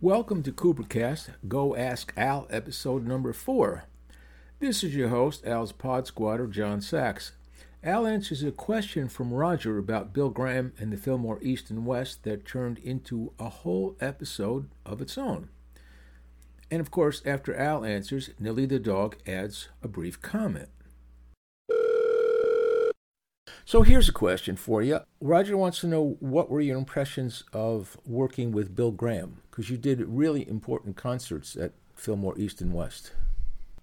Welcome to Coopercast Go Ask Al, episode number four. This is your host, Al's Pod Squatter, John Sachs. Al answers a question from Roger about Bill Graham and the Fillmore East and West that turned into a whole episode of its own. And of course, after Al answers, Nilly the dog adds a brief comment. So here's a question for you. Roger wants to know what were your impressions of working with Bill Graham? Because you did really important concerts at Fillmore East and West.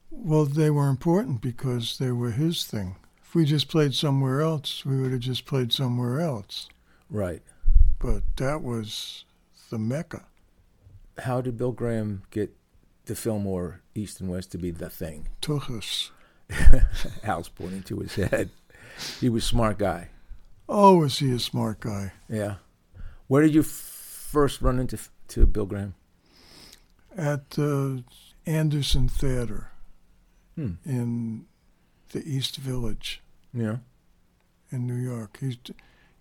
Well, they were important because they were his thing. If we just played somewhere else, we would have just played somewhere else. Right. But that was the mecca. How did Bill Graham get the Fillmore East and West to be the thing? Tuchus. Al's pointing to his head. He was a smart guy. Oh, was he a smart guy? Yeah. Where did you f- first run into to Bill Graham? At the Anderson Theater in the East Village Yeah. in New York. He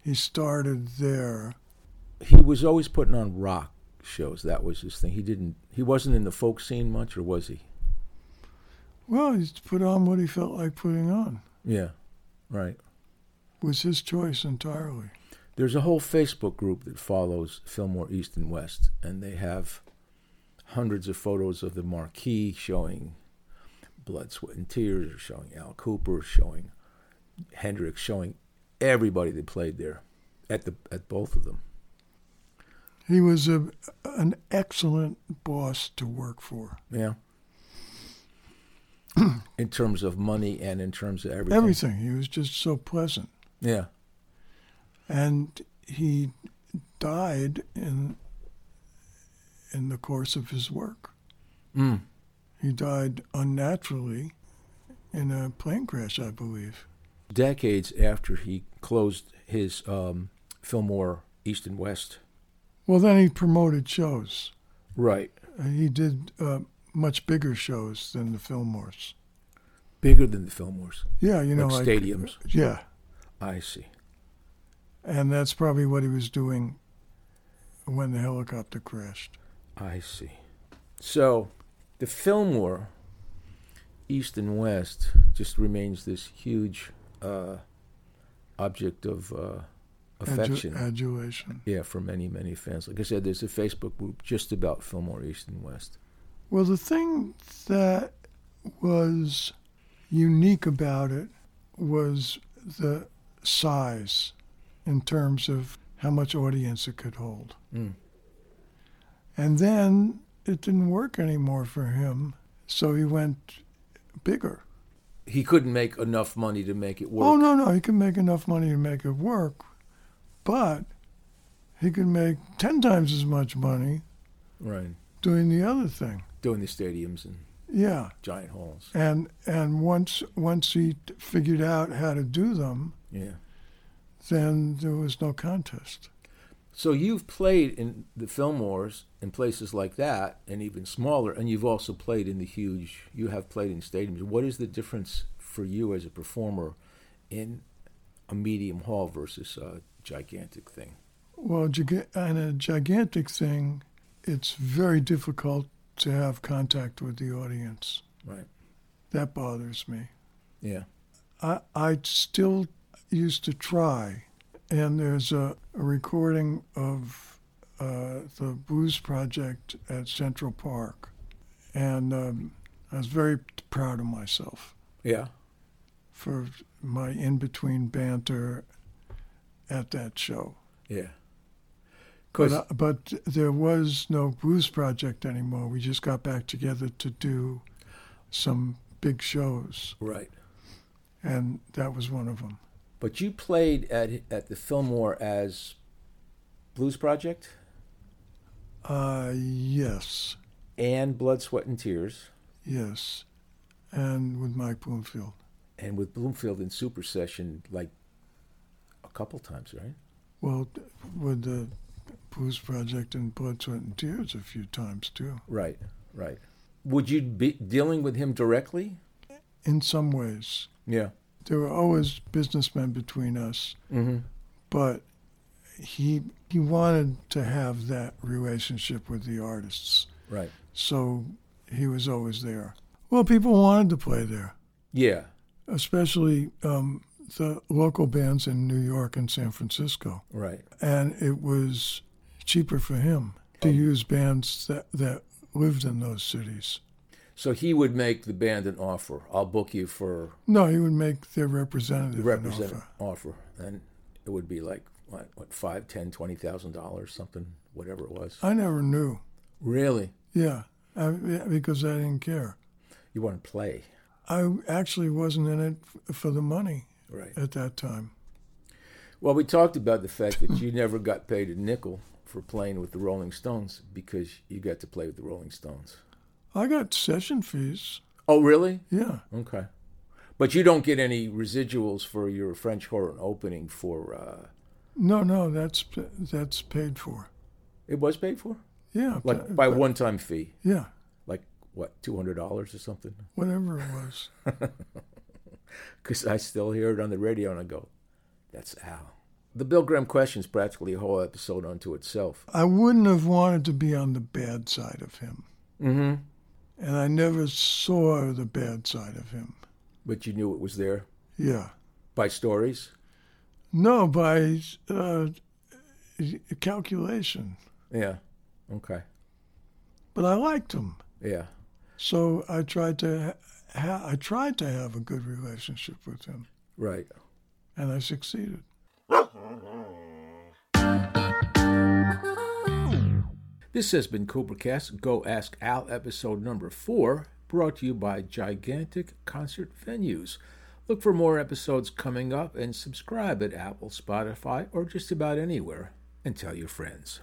he started there. He was always putting on rock shows. That was his thing. He didn't. He wasn't in the folk scene much, or was he? Well, he put on what he felt like putting on. Yeah. Right. It was his choice entirely. There's a whole Facebook group that follows Fillmore East and West, and they have hundreds of photos of the marquee showing Blood, Sweat, and Tears, or showing Al Cooper, showing Hendrix, showing everybody that played there at the at both of them. He was a an excellent boss to work for. Yeah. in terms of money and in terms of everything. Everything. He was just so pleasant. Yeah. And he died in in the course of his work. Mm. He died unnaturally in a plane crash, I believe. Decades after he closed his um, Fillmore East and West. Well, then he promoted shows. Right. He did uh, much bigger shows than the Fillmores. Bigger than the Fillmores. Yeah, you know, Like stadiums. Yeah, I see. and that's probably what he was doing when the helicopter crashed. I see. So the Fillmore, East and West, just remains this huge uh, object of uh, Adu- affection. adulation. yeah, for many, many fans. Like I said, there's a Facebook group just about Fillmore East and West. Well, the thing that was unique about it was the size in terms of how much audience it could hold. Mm. And then it didn't work anymore for him, so he went bigger. He couldn't make enough money to make it work. Oh, no, no, he could make enough money to make it work, but he could make 10 times as much money Right. doing the other thing. Doing the stadiums and Yeah. giant halls. and and once once he t- figured out how to do them, Yeah. then there was no contest. So you've played in the Fillmores and places like that, and even smaller, and you've also played in the huge. You have played in stadiums. What is the difference for you as a performer in a medium hall versus a gigantic thing? Well, giga- on a gigantic thing, it's very difficult to have contact with the audience. Right. That bothers me. Yeah. I I still used to try, and there's a, a recording of uh, the Blues Project at Central Park, and um, I was very proud of myself. Yeah. for my in between banter at that show. Yeah. But, Because uh, but there was no Blues Project anymore. We just got back together to do some big shows, right. and that was one of them. But you played at at the Fillmore as Blues Project Uh, yes, and Blood, Sweat, and Tears. yes. And with Mike Bloomfield. and with Bloomfield in Super Session like a couple times, right? Well, with the Blues Project and Blood, Sweat, and Tears a few times too, Right, right. Would you be dealing with him directly? in some ways. Yeah. There were always businessmen between us. Mm-hmm. but he he wanted to have that relationship with the artists, Right. so he was always there. Well, people wanted to play there, Yeah. especially um, the local bands in New York and San Francisco, Right. and it was cheaper for him Um, to use bands that that lived in those cities. So he would make the band an offer. I'll book you for No, he would make their representative an represent offer. offer. and it would be like what, what five, ten, twenty thousand dollars, something, whatever it was. I never knew. Really, Yeah, I, yeah, because I didn't care. you want to play, I actually wasn't in it f- for the money right? at that time. Well, we talked about the fact that you never got paid a nickel for playing with the Rolling Stones because you got to play with the Rolling Stones. I got session fees. Oh, really? Yeah. Okay. But you don't get any residuals for your French horn opening for. Uh, No, no, that's p- that's paid for. it was paid for, Yeah. like pa- by one-time fee, yeah, like what two hundred dollars or something. whatever it was. because I still hear it on the radio and I go, that's Al. The Bill Graham question is practically a whole episode unto itself. I wouldn't have wanted to be on the bad side of him, Mm-hmm. and I never saw the bad side of him. But you knew it was there Yeah. by stories. No, by uh, calculation. Yeah. Okay. But I liked him. Yeah. So I tried to ha- ha- I tried to have a good relationship with him, Right. and I succeeded. This has been Coopercast Go Ask Al episode number four, brought to you by Gigantic Concert Venues. Look for more episodes coming up and subscribe at Apple, Spotify, or just about anywhere. And tell your friends.